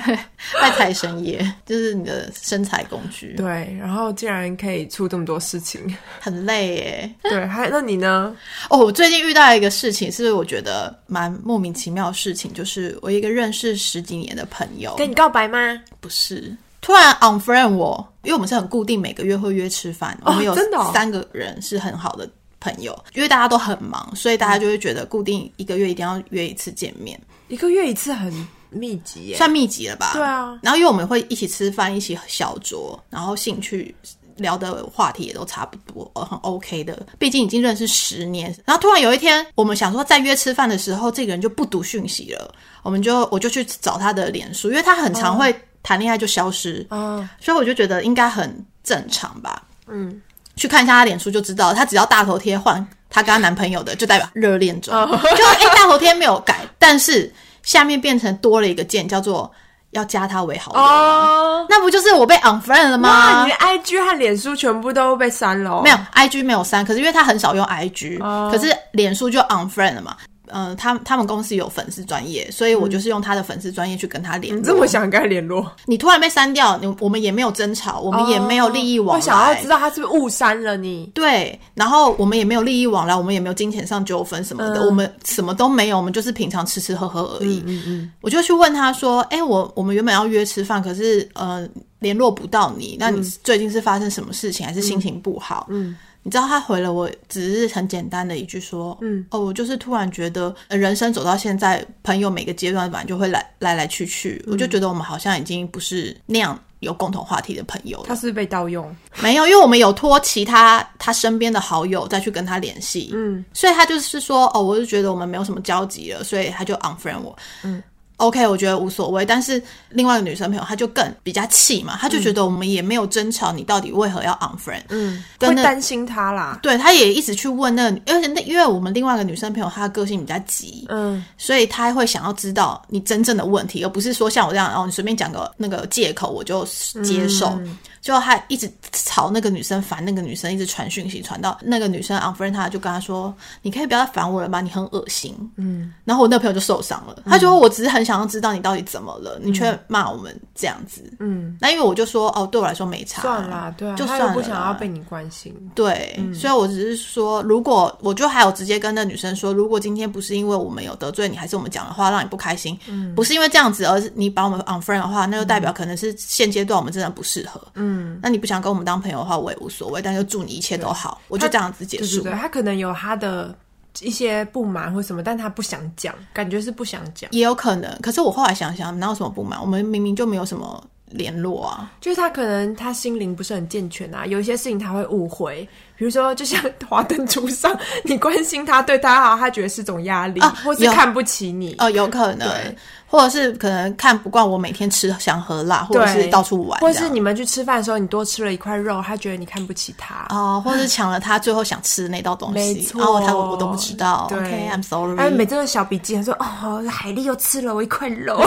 Speaker 2: 拜财神爷，就是你的身材工具，
Speaker 1: 对，然后竟然可以出这么多事 情，
Speaker 2: 很累耶。
Speaker 1: 对，还那你呢？
Speaker 2: 哦，我最近遇到一个事情，是我觉得蛮莫名其妙的事情，就是我一个认识十几年的朋友，
Speaker 1: 你告白吗？
Speaker 2: 不是突然 unfriend 我，因为我们是很固定每个月会约吃饭，我们有
Speaker 1: 真的哦
Speaker 2: 三个人是很好的朋友，因为大家都很忙，所以大家就会觉得固定一个月一定要约一次见面，
Speaker 1: 一个月一次很密集耶。
Speaker 2: 算密集了吧？
Speaker 1: 对啊
Speaker 2: 然后因为我们会一起吃饭，一起小酌，然后兴趣。聊的话题也都差不多，呃很 OK 的。毕竟已经认识十年，然后突然有一天，我们想说再约吃饭的时候，这个人就不读讯息了，我们就我就去找他的脸书，因为他很常会谈恋爱就消失，
Speaker 1: 啊，
Speaker 2: 所以我就觉得应该很正常吧。嗯，去看一下她脸书就知道，她只要大头贴换她跟她男朋友的，就代表热恋中。
Speaker 1: 哦
Speaker 2: 就哎、大头贴没有改，但是下面变成多了一个键，叫做要加她为好友。
Speaker 1: 哦，
Speaker 2: 那不就是我被 unfriend
Speaker 1: 哇，
Speaker 2: 了吗
Speaker 1: 你？的 IG 和脸书全部都被删了哦，
Speaker 2: 没有，IG 没有删，可是因为她很少用 IG，、可
Speaker 1: 哦
Speaker 2: 是脸书就 unfriend 了嘛。嗯、他他们公司有粉丝专业，所以我就是用他的粉丝专业去跟他联
Speaker 1: 嗯你
Speaker 2: 络。
Speaker 1: 这么想跟他联络？哦
Speaker 2: 你突然被删掉，你我们也没有争吵，我们也没有利益往来。
Speaker 1: 我想要知道他是不是误删了你。
Speaker 2: 对，然后我们也没有利益往来，我们也没有金钱上纠纷什么的，我们什么都没有，我们就是平常吃吃喝喝而已。嗯嗯我就去问他说：“哎、我我们原本要约吃饭，可是呃联络不到你，那你最近是发生什么事情，还是心情不好？”嗯。你知道他回了我，只是很简单的一句说，嗯，哦，我就是突然觉得呃人生走到现在，朋友每个阶段本来就会来来来去去，我就觉得我们好像已经不是那样有共同话题的朋友了
Speaker 1: 他。是不是被盗用，
Speaker 2: 没有，因为我们有托其他他身边的好友再去跟他联系，嗯，所以他就是说，哦，我就觉得我们没有什么交集了，所以他就 unfriend 我，嗯，OK，我觉得无所谓。但是另外一个女生朋友，她就更比较气嘛，她就觉得我们也没有争吵，你到底为何要 unfriend？嗯，
Speaker 1: 会
Speaker 2: 跟那
Speaker 1: 担心他啦。
Speaker 2: 对，她也一直去问那个，而且那因为我们另外一个女生朋友，她的个性比较急，
Speaker 1: 嗯，
Speaker 2: 所以他会想要知道你真正的问题，而不是说像我这样，哦，你随便讲个那个借口我就接受。
Speaker 1: 嗯
Speaker 2: 就他一直吵那个女生，烦那个女生，一直传讯息，传到那个女生 unfriend 他，就跟他说：“你可以不要再烦我了吗？你很恶心。”嗯，然后我那朋友就受伤了，他觉得我只是很想要知道你到底怎么了，你却骂我们这样子。
Speaker 1: 嗯，
Speaker 2: 那因为我就说哦，对我来说没差，
Speaker 1: 算啦，对啊，
Speaker 2: 就
Speaker 1: 他
Speaker 2: 算
Speaker 1: 又
Speaker 2: 了
Speaker 1: 不想要
Speaker 2: 啦
Speaker 1: 被你关心，
Speaker 2: 对，
Speaker 1: 嗯
Speaker 2: 所以我只是说，如果我就还有直接跟那女生说，如果今天不是因为我们有得罪你，还是我们讲的话让你不开心，
Speaker 1: 嗯
Speaker 2: 不是因为这样子，而是你把我们 unfriend 的话，那就代表可能是现阶段我们真的不适合。嗯，那你不想跟我们当朋友的话，我也无所谓，但就祝你一切都好，我就这样子结
Speaker 1: 对
Speaker 2: 束。
Speaker 1: 对对，他可能有他的一些不满或什么，但他不想讲，感觉是不想讲，
Speaker 2: 也有可能，可是我后来想想，哪有什么不满？我们明明就没有什么联 络啊。
Speaker 1: 就是他可能他心灵不是很健全啊，有一些事情他会误会，比如说就像华灯初上，你关心他对他好，他觉得是种压力，
Speaker 2: 啊
Speaker 1: 或是
Speaker 2: 有
Speaker 1: 看不起你，
Speaker 2: 哦，有可能
Speaker 1: 对，
Speaker 2: 或者是可能看不惯我每天吃香喝辣，或者
Speaker 1: 对
Speaker 2: 是到处玩这
Speaker 1: 或
Speaker 2: 样，
Speaker 1: 是你们去吃饭的时候，你多吃了一块肉，他觉得你看不起他。
Speaker 2: 哦，或者是抢了他最后想吃的那道东西，
Speaker 1: 没错
Speaker 2: 哦，他我我都不知道。
Speaker 1: 对
Speaker 2: OK，I'm、sorry。
Speaker 1: 还有每次都小笔记，他说：“哦，海丽又吃了我一块 肉，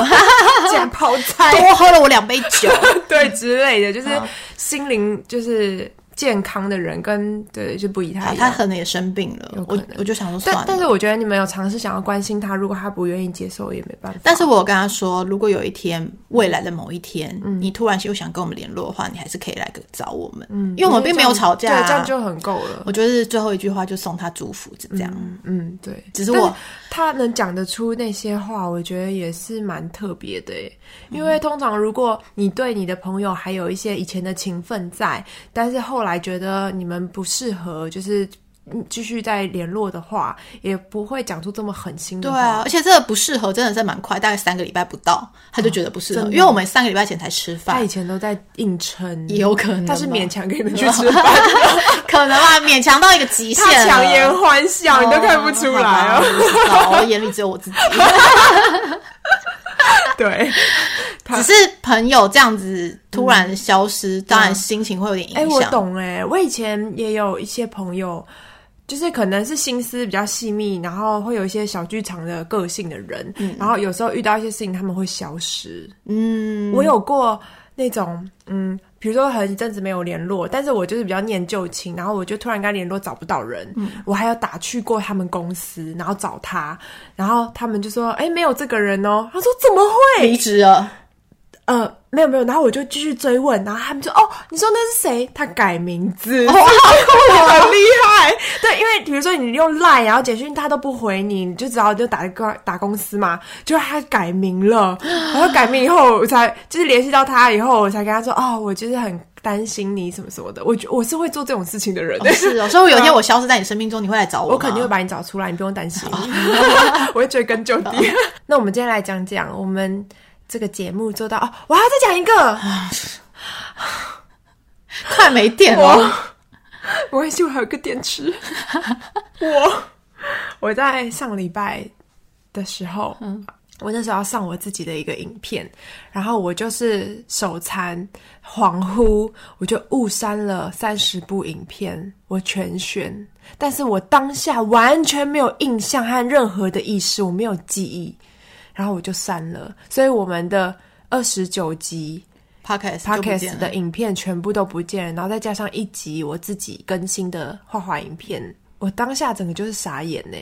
Speaker 1: 竟然泡菜，
Speaker 2: 多喝了我两杯 酒。
Speaker 1: 对之类的，就是
Speaker 2: 好
Speaker 1: 心灵就是健康的人跟对就不一太一
Speaker 2: 啊他
Speaker 1: 样。
Speaker 2: 可能也生病了，
Speaker 1: 可
Speaker 2: 我
Speaker 1: 能
Speaker 2: 我就想说算
Speaker 1: 但
Speaker 2: 了。
Speaker 1: 但是我觉得你们有尝试想要关心他，如果他不愿意接受也没办法。
Speaker 2: 但是我有跟他说，如果有一天，未来的某一天，
Speaker 1: 嗯
Speaker 2: 你突然又想跟我们联络的话，你还是可以来个找我们，嗯、因为我们并没有吵架、
Speaker 1: 对，这样就很够了。
Speaker 2: 我觉得最后一句话就送他祝福，就这样。
Speaker 1: 嗯，对。
Speaker 2: 只是我
Speaker 1: 但他能讲得出那些话，我觉得也是蛮特别的耶。因为通常如果你对你的朋友还有一些以前的情分在，但是后来觉得你们不适合，就是嗯继续再联络的话，也不会讲出这么狠心的
Speaker 2: 对
Speaker 1: 话。
Speaker 2: 啊，而且这个不适合，真的是蛮快，大概三个礼拜不到，他就觉得不适合，
Speaker 1: 真的
Speaker 2: 因为我们三个礼拜前才吃
Speaker 1: 他
Speaker 2: 饭
Speaker 1: 以，前都在硬撑，
Speaker 2: 也有可能
Speaker 1: 他是
Speaker 2: 吧
Speaker 1: 勉强跟你们去吃饭，
Speaker 2: 可能吧，勉强到一个极限
Speaker 1: 他
Speaker 2: 了。
Speaker 1: 强颜欢笑，你都看不出来哦。
Speaker 2: 哦。我眼里只有我自己。
Speaker 1: 对，
Speaker 2: 只是朋友这样子突然消失，当然心情会有点影
Speaker 1: 哎、
Speaker 2: 响。
Speaker 1: 我懂哎、我以前也有一些朋友，就是可能是心思比较细密，然后会有一些小剧场的个性的人，然后有时候遇到一些事情他们会消失。
Speaker 2: 嗯，
Speaker 1: 我有过那种，嗯，比如说很一阵子没有联络，但是我就是比较念旧情，然后我就突然跟他联络找不到人，
Speaker 2: 嗯
Speaker 1: 我还有打去过他们公司，然后找他，然后他们就说，哎、没有这个人哦，他说怎么会？
Speaker 2: 离职了，
Speaker 1: 呃，没有没有，然后我就继续追问，然后他们就哦，你说那是谁？他改名 字，
Speaker 2: 哇，
Speaker 1: 很哦厉害。 对，因为比如说你用 Line 然后简讯他都不回你，你就只好就打个打公司嘛，就他改名 了，然后改名以后我才就是联系到他以后，我才跟他说哦，我就是很担心你什么什么的，我觉我是会做这种事情的人。
Speaker 2: 是哦。所以有一天我消失在你生命中，你会来找我 吗
Speaker 1: 我肯定会把你找出来，你不用担心， 我会追根 究底。那我们今天来讲讲我们这个节目做到哦，我还要再讲一个，
Speaker 2: 快没电
Speaker 1: 我
Speaker 2: 了。
Speaker 1: 没关 系，我还有个电池。我我在上礼拜的时候，我那时候要上我自己的一个影片，然后我就是手残恍惚，我就误删了三十部影片，我全选。但是我当下完全没有印象和任何的意识，我没有记忆，然后我就删了。所以我们的二十九集
Speaker 2: Podcast 就不
Speaker 1: podcast
Speaker 2: 见
Speaker 1: 的
Speaker 2: 了，
Speaker 1: 影片全部都不见了，然后再加上一集我自己更新的画画影片，我当下整个就是傻眼呢、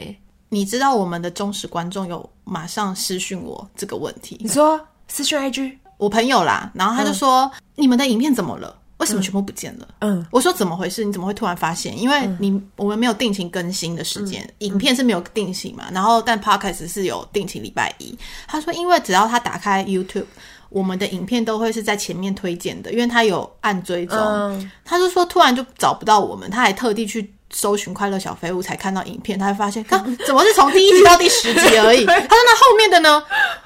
Speaker 2: 你知道我们的忠实观众有马上私讯我这个问题
Speaker 1: 你，说私讯 IG，
Speaker 2: 我朋友啦，然后他就说、你们的影片怎么了？为什么全部不见了？
Speaker 1: 嗯，
Speaker 2: 我说怎么回事？你怎么会突然发现？因为你、我们没有定期更新的时
Speaker 1: 嗯
Speaker 2: 间，影片是没有定期嘛，然后但 podcast 是有定期礼拜一。他说，因为只要他打开 YouTube，我们的影片都会是在前面推荐的，因为他有按追踪。
Speaker 1: 嗯
Speaker 2: 他就说突然就找不到我们，他还特地去。搜寻快乐小废物才看到影片，他还 发现，看怎么是从第一集到第十集而已？他说那后面的呢？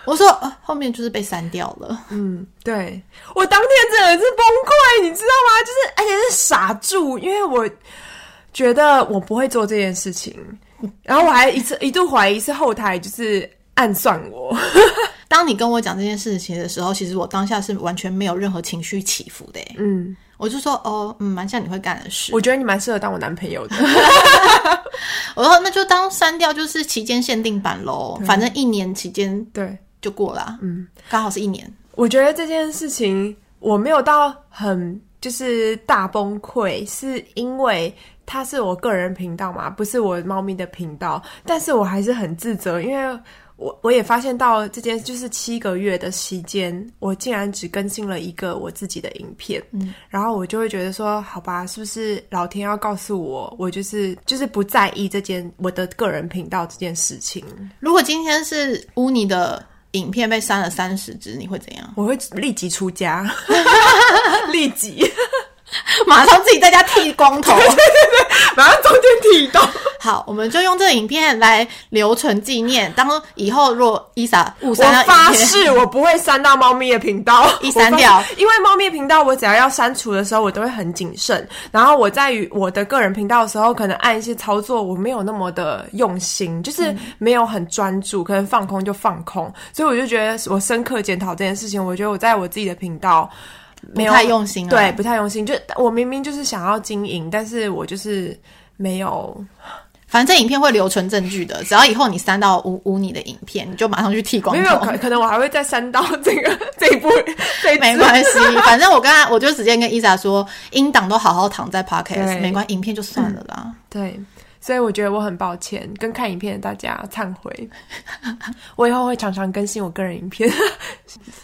Speaker 2: 我说、呃后面就是被删掉了。
Speaker 1: 嗯，对我当天真的是崩溃，你知道吗？就是而且是傻住，因为我觉得我不会做这件事情，然后我还一次一度怀疑是后台就是暗算我，
Speaker 2: 当你跟我讲这件事情的时候，其实我当下是完全没有任何情绪起伏的、欸。
Speaker 1: 嗯，
Speaker 2: 我就说，哦，嗯，蛮像你会干的事。
Speaker 1: 我觉得你蛮适合当我男朋友的，
Speaker 2: 我说，那就当删掉，就是期间限定版喽，反正一年期间
Speaker 1: 对。
Speaker 2: 就过啦。嗯，刚好是一年。
Speaker 1: 我觉得这件事情我没有到很就是大崩溃，是因为它是我个人频道嘛，不是我猫咪的频道，但是我还是很自责，因为我我也发现到这件，就是七个月的期间，我竟然只更新了一个我自己的影片，嗯，然后我就会觉得说，好吧，是不是老天要告诉我，我就是就是不在意这件我的个人频道这件事情，
Speaker 2: 如果今天是污泥的影片被删了三十支，你会怎 样？
Speaker 1: 我会立即出家， 立即
Speaker 2: 马上自己在家剃 光头。
Speaker 1: 马上中间提 到，
Speaker 2: 好，我们就用这个影片来留存纪念。当以后若伊莎误
Speaker 1: 我
Speaker 2: 删了
Speaker 1: 发
Speaker 2: 影片，
Speaker 1: 誓我不会删到猫咪的频道，
Speaker 2: 一删掉
Speaker 1: 我发，因为猫咪的频道我只要要删除的时候，我都会很谨慎。然后我在于我的个人频道的时候，可能按一些操作，我没有那么的用心，
Speaker 2: 嗯
Speaker 1: 就是没有很专注，可能放空就放空。所以我就觉得我深刻检讨这件事情，我觉得我在我自己的频道。没有
Speaker 2: 不太用心了
Speaker 1: 对，不太用心。就我明明就是想要经营，但是我就是没有
Speaker 2: 反正这影片会留存证据的。只要以后你删到污污泥的影片，你就马上去剃光
Speaker 1: 没有，
Speaker 2: 头。
Speaker 1: 可可能我还会再删到 这个这一部这一支
Speaker 2: 没关系，反正我刚才我就直接跟伊莎说，音档都好好躺在 podcast，
Speaker 1: 对
Speaker 2: 没关系，影片就算了啦。
Speaker 1: 对，所以我觉得我很抱歉，跟看影片的大家忏悔。 我以后会常常更新我个人影 片，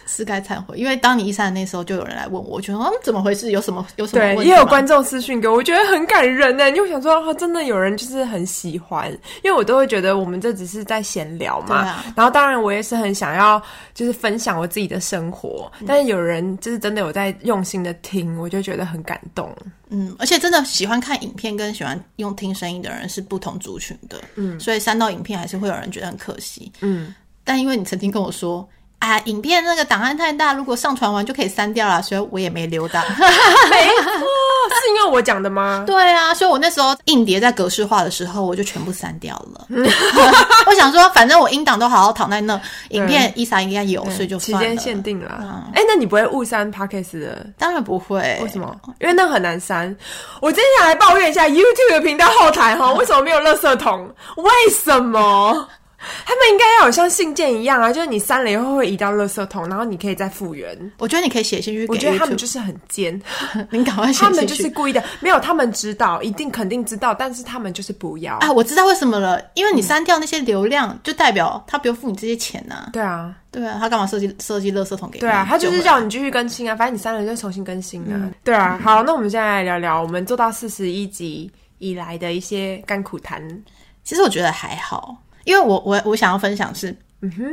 Speaker 2: 是该忏悔，因为当你一删的那时候，就有人来问我，我觉得嗯怎么回事？有什么有什么
Speaker 1: 对
Speaker 2: 问，题
Speaker 1: 也有
Speaker 2: 吗
Speaker 1: 观众私讯给我，我觉得很感人呢。就想说，哦，真的有人就是很喜欢，因为我都会觉得我们这只是在闲聊嘛。
Speaker 2: 对啊
Speaker 1: 然后当然我也是很想要就是分享我自己的生活，
Speaker 2: 嗯
Speaker 1: 但是有人就是真的有在用心的听，我就觉得很感动。
Speaker 2: 嗯，而且真的喜欢看影片跟喜欢用听声音的人是不同族群的，嗯，所以删到影片还是会有人觉得很可惜，
Speaker 1: 嗯，
Speaker 2: 但因为你曾经跟我说。啊，影片那个档案太大，如果上传完就可以删掉了，所以我也没留档。
Speaker 1: 哦，是因为我讲的吗？
Speaker 2: 对啊，所以我那时候硬碟在格式化的时候，我就全部删掉 了。 我想说，反正我音档都好好躺在那，影片伊莎应该有，所以就
Speaker 1: 期嗯
Speaker 2: 算
Speaker 1: 间
Speaker 2: 了嗯
Speaker 1: 限定啦。哎、那你不会误删 p o d c a s 的
Speaker 2: 当然不会，
Speaker 1: 为什么？因为那很难删。我今天想来抱怨一下 YouTube 频道后台
Speaker 2: 嗯
Speaker 1: 哈，为什么没有垃圾桶？为什么？他们应该要有像信件一样啊，就是你删了以后会移到垃圾桶，然后你可以再复原。
Speaker 2: 我觉得你可以写信去给
Speaker 1: 我觉得他们
Speaker 2: YouTube，
Speaker 1: 就是很 奸，
Speaker 2: 你赶快写
Speaker 1: 他们
Speaker 2: 信
Speaker 1: 就
Speaker 2: 去
Speaker 1: 是故意的。没有，他们知道，一定肯定知道，但是他们就是不要。
Speaker 2: 啊，我知道为什么了，因
Speaker 1: 嗯
Speaker 2: 为你删掉那些流量，就代表他不用付你这些钱呐、
Speaker 1: 对啊，
Speaker 2: 对啊，他干嘛设计设计垃圾桶给你？
Speaker 1: 对啊，他就是
Speaker 2: 救
Speaker 1: 叫你继续更新啊，反正你删了就重新更新啊。
Speaker 2: 嗯
Speaker 1: 对啊，好，那我们现在来聊聊我们做到四十一集以来的一些甘苦谈。
Speaker 2: 我其实我觉得还好，因为我我我想要分享是，嗯哼，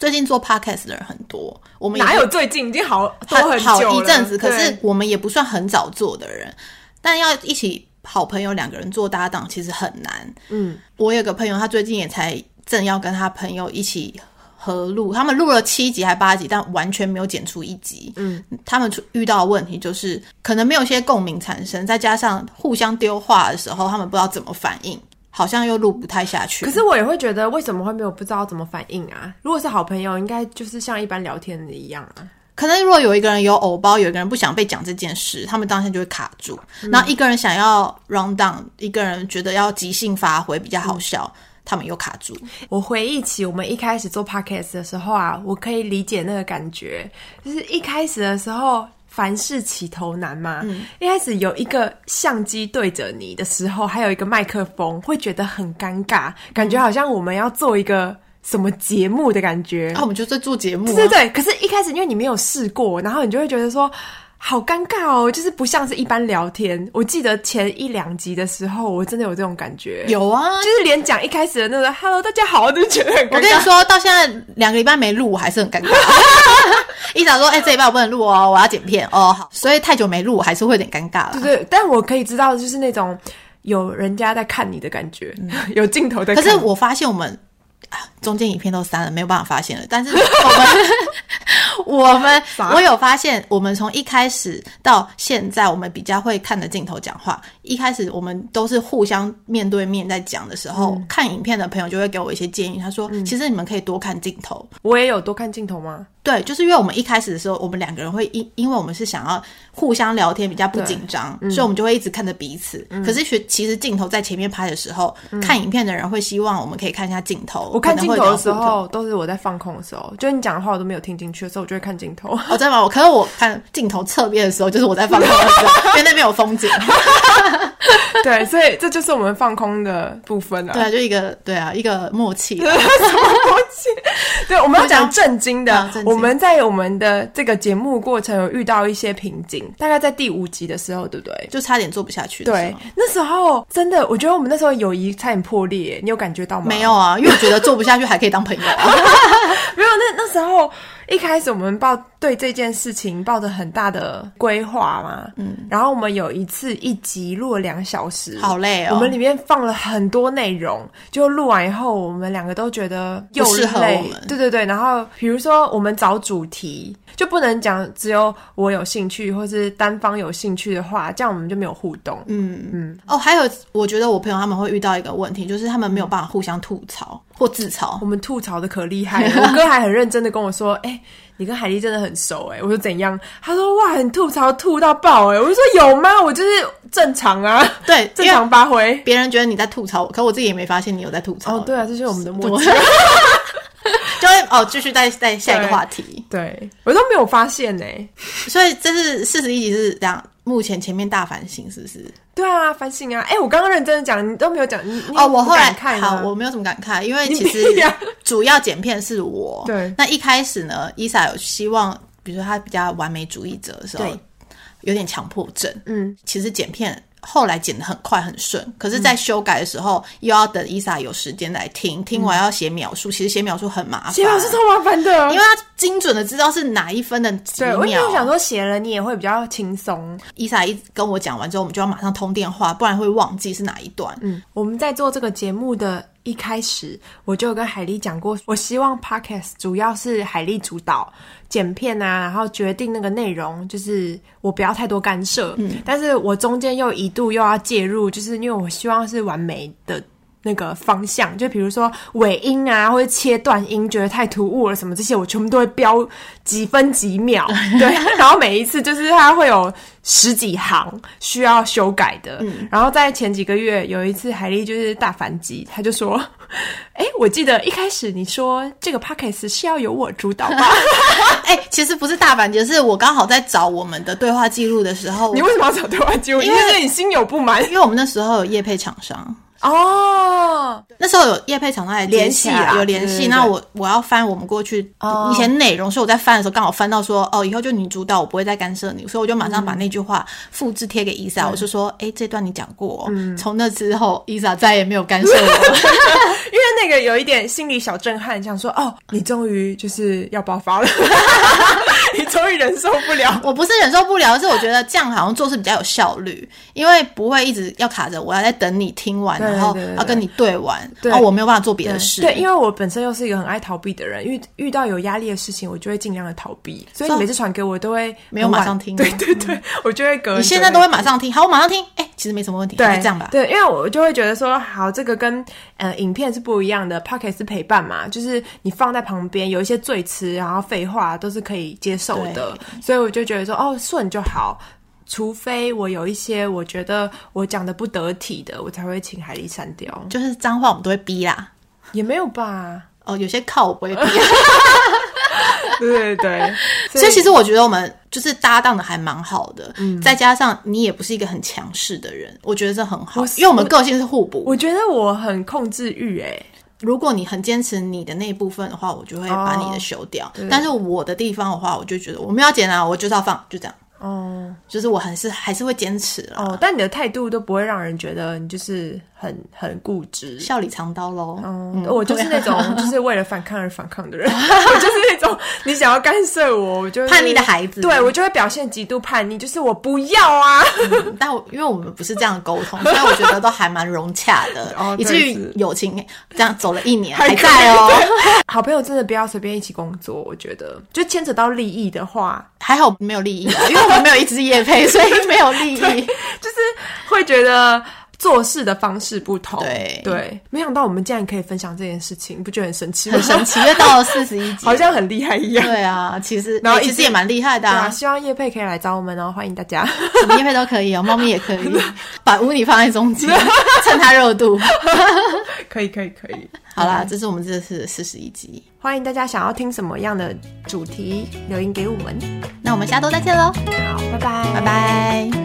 Speaker 2: 最近做 podcast 的人很多，我们也
Speaker 1: 哪有最近已经好多
Speaker 2: 好
Speaker 1: 很
Speaker 2: 好
Speaker 1: 久了
Speaker 2: 一阵子，可是
Speaker 1: 对
Speaker 2: 我们也不算很早做的人，但要一起好朋友两个人做搭档其实很难。
Speaker 1: 嗯，
Speaker 2: 我有个朋友，他最近也才正要跟他朋友一起合录，他们录了七集还八集，但完全没有剪出一集。嗯，他们出遇到的问题就是可能没有一些共鸣产生，再加上互相丢话的时候，他们不知道怎么反应，好像又录不太下去。
Speaker 1: 可是我也会觉得，为什么会没有不知道怎么反应啊？如果是好朋友，应该就是像一般聊天的一样啊。
Speaker 2: 可能如果有一个人有偶包，有一个人不想被讲这件事，他们当下就会卡住。然后一个人想要 round down，一个人觉得要即兴发挥比较好笑，他们又卡住。
Speaker 1: 我回忆起我们一开始做 podcast 的时候啊，我可以理解那个感觉，就是一开始的时候。凡事起头难嘛，一开始有一个相机对着你的时候，还有一个麦克风，会觉得很尴尬，感觉好像我们要做一个什么节目的感觉。
Speaker 2: 啊，我们就在做节目、啊，
Speaker 1: 对对对，可是一开始因为你没有试过，然后你就会觉得说。好尴尬哦，就是不像是一般聊天。我记得前一两集的时候，我真的有这种感觉，
Speaker 2: 有啊。
Speaker 1: 就是连讲一开始的那个 “hello，大家好”，我就觉得很
Speaker 2: 我
Speaker 1: 尴
Speaker 2: 跟
Speaker 1: 尬
Speaker 2: 你。说到现在两个礼拜没录，我还是很 尴尬。一早说，哎、这礼拜我不能录哦，我要剪片哦，好，所以太久没录，我还是会有点尴尬了。
Speaker 1: 对对，但我可以知道，就是那种有人家在看你的感觉，有镜头在
Speaker 2: 嗯可
Speaker 1: 看。
Speaker 2: 是我发现我们啊中间影片都删了，没有办法发现了。但是我们我们
Speaker 1: 啥
Speaker 2: 我有发现，我们从一开始到现在，我们比较会看着镜头讲话。一开始我们都是互相面对面在讲的时候，
Speaker 1: 嗯
Speaker 2: 看影片的朋友就会给我一些建议，他说：“其实你们可以多看镜头。”
Speaker 1: 我也有多看镜头吗？
Speaker 2: 对，就是因为我们一开始的时候，我们两个人会因因为我们是想要互相聊天，比较不紧张，
Speaker 1: 嗯
Speaker 2: 所以我们就会一直看着彼此。可是其其实镜头在前面拍的时候，看影片的人会希望我们可以看一下镜
Speaker 1: 嗯
Speaker 2: 头。
Speaker 1: 我看
Speaker 2: 可能
Speaker 1: 镜
Speaker 2: 会
Speaker 1: 头
Speaker 2: 聊
Speaker 1: 的时
Speaker 2: 互动，
Speaker 1: 候，都是我在放空的时候，就是你讲的话我都没有听进去的时候，我就会看镜 头。
Speaker 2: 哦，真的吗？我可是我看镜头侧边的时候，就是我在放空的时候，因为那边有风 景。
Speaker 1: 对，所以这就是我们放空的部分啊。
Speaker 2: 对啊，就一个对啊，一个默契。
Speaker 1: 什么东西？对，我们要讲正经的
Speaker 2: 嗯正。经
Speaker 1: 我们在我们的这个节目过程有遇到一些瓶颈，大概在第五集的时候，对不对？
Speaker 2: 就差点做不下去的时候。
Speaker 1: 对，那时候真的，我觉得我们那时候友谊差点破裂，你有感觉到吗？
Speaker 2: 没有啊，因为我觉得做不下去还可以当朋友啊。
Speaker 1: 没有，那那时候一开始我们抱对这件事情抱着很大的规划嘛，嗯，然后我们有一次一集录了两小时，
Speaker 2: 好累哦
Speaker 1: 我们里面放了很多内容，就录完以后，我们两个都觉得又
Speaker 2: 不适合
Speaker 1: 累
Speaker 2: 我们
Speaker 1: 对对对。然后比如说我们找主题，就不能讲只有我有兴趣或是单方有兴趣的话，这样我们就没有互动。
Speaker 2: 嗯嗯。哦，还有，我觉得我朋友他们会遇到一个问题，就是他们没有办法互相吐槽或自嘲
Speaker 1: 我。们吐槽的可厉害了，我 哥还很认真的跟我说：“哎、你跟海莉真的很熟哎、我说：“怎样？”他说：“哇，你吐槽吐到爆哎、我就说：“有吗？我就是正常啊，
Speaker 2: 对，
Speaker 1: 正
Speaker 2: 因为
Speaker 1: 常发挥。
Speaker 2: 别人觉得你在吐槽我，可我自己也没发现你有在吐”槽。
Speaker 1: 哦，对啊，这就是我们的默
Speaker 2: 我
Speaker 1: 契。
Speaker 2: 就会哦，继续再再下一个话题。
Speaker 1: 对我都没有发现呢、哎
Speaker 2: 所以这是四十一集是这样，目前前面大反省是不是？
Speaker 1: 对啊，反省啊！哎、我刚刚认真的讲，你都没有讲。你你
Speaker 2: 哦，我后来
Speaker 1: 你不敢看啊
Speaker 2: 好，我没有什么感慨，因为
Speaker 1: 你
Speaker 2: 其实
Speaker 1: 屁呀
Speaker 2: 主要剪片是我。
Speaker 1: 对
Speaker 2: 那一开始呢，伊莎有希望，比如说她比较完美主义者的时候
Speaker 1: 对，
Speaker 2: 有点强迫症。
Speaker 1: 嗯，
Speaker 2: 其实剪片后来剪得很快很顺，可是，在修改的时候、又要等伊莎有时间来听，听完要写描述，其实写描述很麻烦，
Speaker 1: 嗯写表是超麻烦的，
Speaker 2: 因为她精准的知道是哪一分的几
Speaker 1: 对
Speaker 2: 秒。啊
Speaker 1: 我就想说写了你也会比较轻松。
Speaker 2: 伊莎一跟我讲完之后，我们就要马上通电话，不然会忘记是哪一段。
Speaker 1: 嗯，我们在做这个节目的一开始，我就有跟海丽讲过，我希望 podcast 主要是海丽主导剪片啊，然后决定那个内容，就是我不要太多干涉。嗯，但是我中间又一度又要介入，就是因为我希望是完美的。那个方向，就比如说尾音啊，或者切断音，觉得太突兀了什么这些，我全部都会标几分几秒， 对。然后每一次就是它会有十几行需要修改的。
Speaker 2: 嗯
Speaker 1: 然后在前几个月有一次，海莉就是大反击，她就说：“ 哎、我记得一开始你说这个 p o c k e t 是要由我主导吧？
Speaker 2: 哎、其实不是大反击，是我刚好在找我们的对话记录的时候，
Speaker 1: 你为什么要找对话记 录？因
Speaker 2: 因
Speaker 1: 为
Speaker 2: 为
Speaker 1: 你心有不 满
Speaker 2: 因为我们那时候有业配厂商，
Speaker 1: 哦。
Speaker 2: 那时候有业配厂商来
Speaker 1: 联系啊
Speaker 2: 有联系。
Speaker 1: 对对对
Speaker 2: 那我我要翻我们过去
Speaker 1: 哦
Speaker 2: 以前内容，所以我在翻的时候刚好翻到说，哦，以后就你主导，我不会再干涉你，所以我就马上把那句话复制贴给伊
Speaker 1: 嗯
Speaker 2: 莎，我就说，哎、这段你讲过、哦。从那之后，伊莎再也没有干涉我。
Speaker 1: 因为那个有一点心理小震撼，想说哦，你终于就是要爆发了， 你终于忍受不了。
Speaker 2: 我不是忍受不了，是我觉得这样好像做事比较有效率，因为不会一直要卡着我要在等你听完，
Speaker 1: 对
Speaker 2: 然后
Speaker 1: 对对
Speaker 2: 要跟你对完，哦
Speaker 1: 对
Speaker 2: 然后我没有办法做别的事。
Speaker 1: 对，因为我本身又是一个很爱逃避的人，遇遇到有压力的事情，我就会尽量的逃避，所以你每次传给我都会
Speaker 2: 啊没有
Speaker 1: 很晚
Speaker 2: 马上 听
Speaker 1: 对对对，我就会隔很久
Speaker 2: 你现在都
Speaker 1: 才
Speaker 2: 会马上听，好，我马上听。哎、其实没什么问题，
Speaker 1: 对
Speaker 2: 还是这样吧。
Speaker 1: 对，因为我就会觉得说，好，这个跟呃影片是不一样的 p o c k e t 是陪伴嘛，就是你放在旁边，有一些赘词，然后废话都是可以接受的，所以我就觉得说，哦，顺就好。除非我有一些我觉得我讲的不得体的，我才会请海丽删掉，
Speaker 2: 就是脏话我们都会逼啦。
Speaker 1: 也没有吧？
Speaker 2: 哦，有些靠我不会逼，
Speaker 1: 对对 对， 嗯
Speaker 2: 所以其实我觉得我们就是搭档的还蛮好的，再加上你也不是一个很强势的人，我觉得这很好，因为我们个性是互补。
Speaker 1: 我觉得我很控制欲、欸，
Speaker 2: 如果你很坚持你的那一部分的话，我就会把
Speaker 1: 哦
Speaker 2: 你的修掉。但是我的地方的话，我就觉得我没有要剪啊，我就是要放，就这样。
Speaker 1: 哦
Speaker 2: 就是我还是还是会坚持啦，
Speaker 1: 哦，但你的态度都不会让人觉得你就是很很固执，
Speaker 2: 笑里藏刀喽。
Speaker 1: 嗯，我就是那种就是为了反抗而反抗的人， 我就是那种你想要干涉我，我就会
Speaker 2: 叛逆的孩子
Speaker 1: 对我就会表现极度叛逆，就是我不要啊，
Speaker 2: 但我因为我们不是这样沟通，所以我觉得都还蛮融洽的
Speaker 1: 哦，
Speaker 2: 以至
Speaker 1: 对是
Speaker 2: 于友情这样走了一年
Speaker 1: 还
Speaker 2: 还
Speaker 1: 可以
Speaker 2: 在 哦。
Speaker 1: 好朋友真的不要随便一起工作，我觉得就牵扯到利益的话，
Speaker 2: 还好 没有利益啊，因为我们没有一直夜配，所以没有利益。
Speaker 1: 就是会觉得。做事的方式不同。
Speaker 2: 对
Speaker 1: 对，没想到我们竟然可以分享这件事情，你不觉得很神 奇吗
Speaker 2: 很？神奇，因为到了四十一集，
Speaker 1: 好像很厉害一样。
Speaker 2: 对啊，其实
Speaker 1: 然后
Speaker 2: 欸
Speaker 1: 一
Speaker 2: 其
Speaker 1: 直
Speaker 2: 实也蛮厉害的
Speaker 1: 对啊，
Speaker 2: 啊，
Speaker 1: 希望叶佩可以来找我们哦，欢迎大家。
Speaker 2: 什么叶配都可以哦，猫咪也可以，把污泥放在中间，蹭它热度。
Speaker 1: 可以，可以，可以。
Speaker 2: 好啦，这是我们这次四十一集，
Speaker 1: 欢迎大家想要听什么样的主题，留言给我们。
Speaker 2: 那我们下周再见喽，
Speaker 1: 好，拜拜，
Speaker 2: 拜。拜。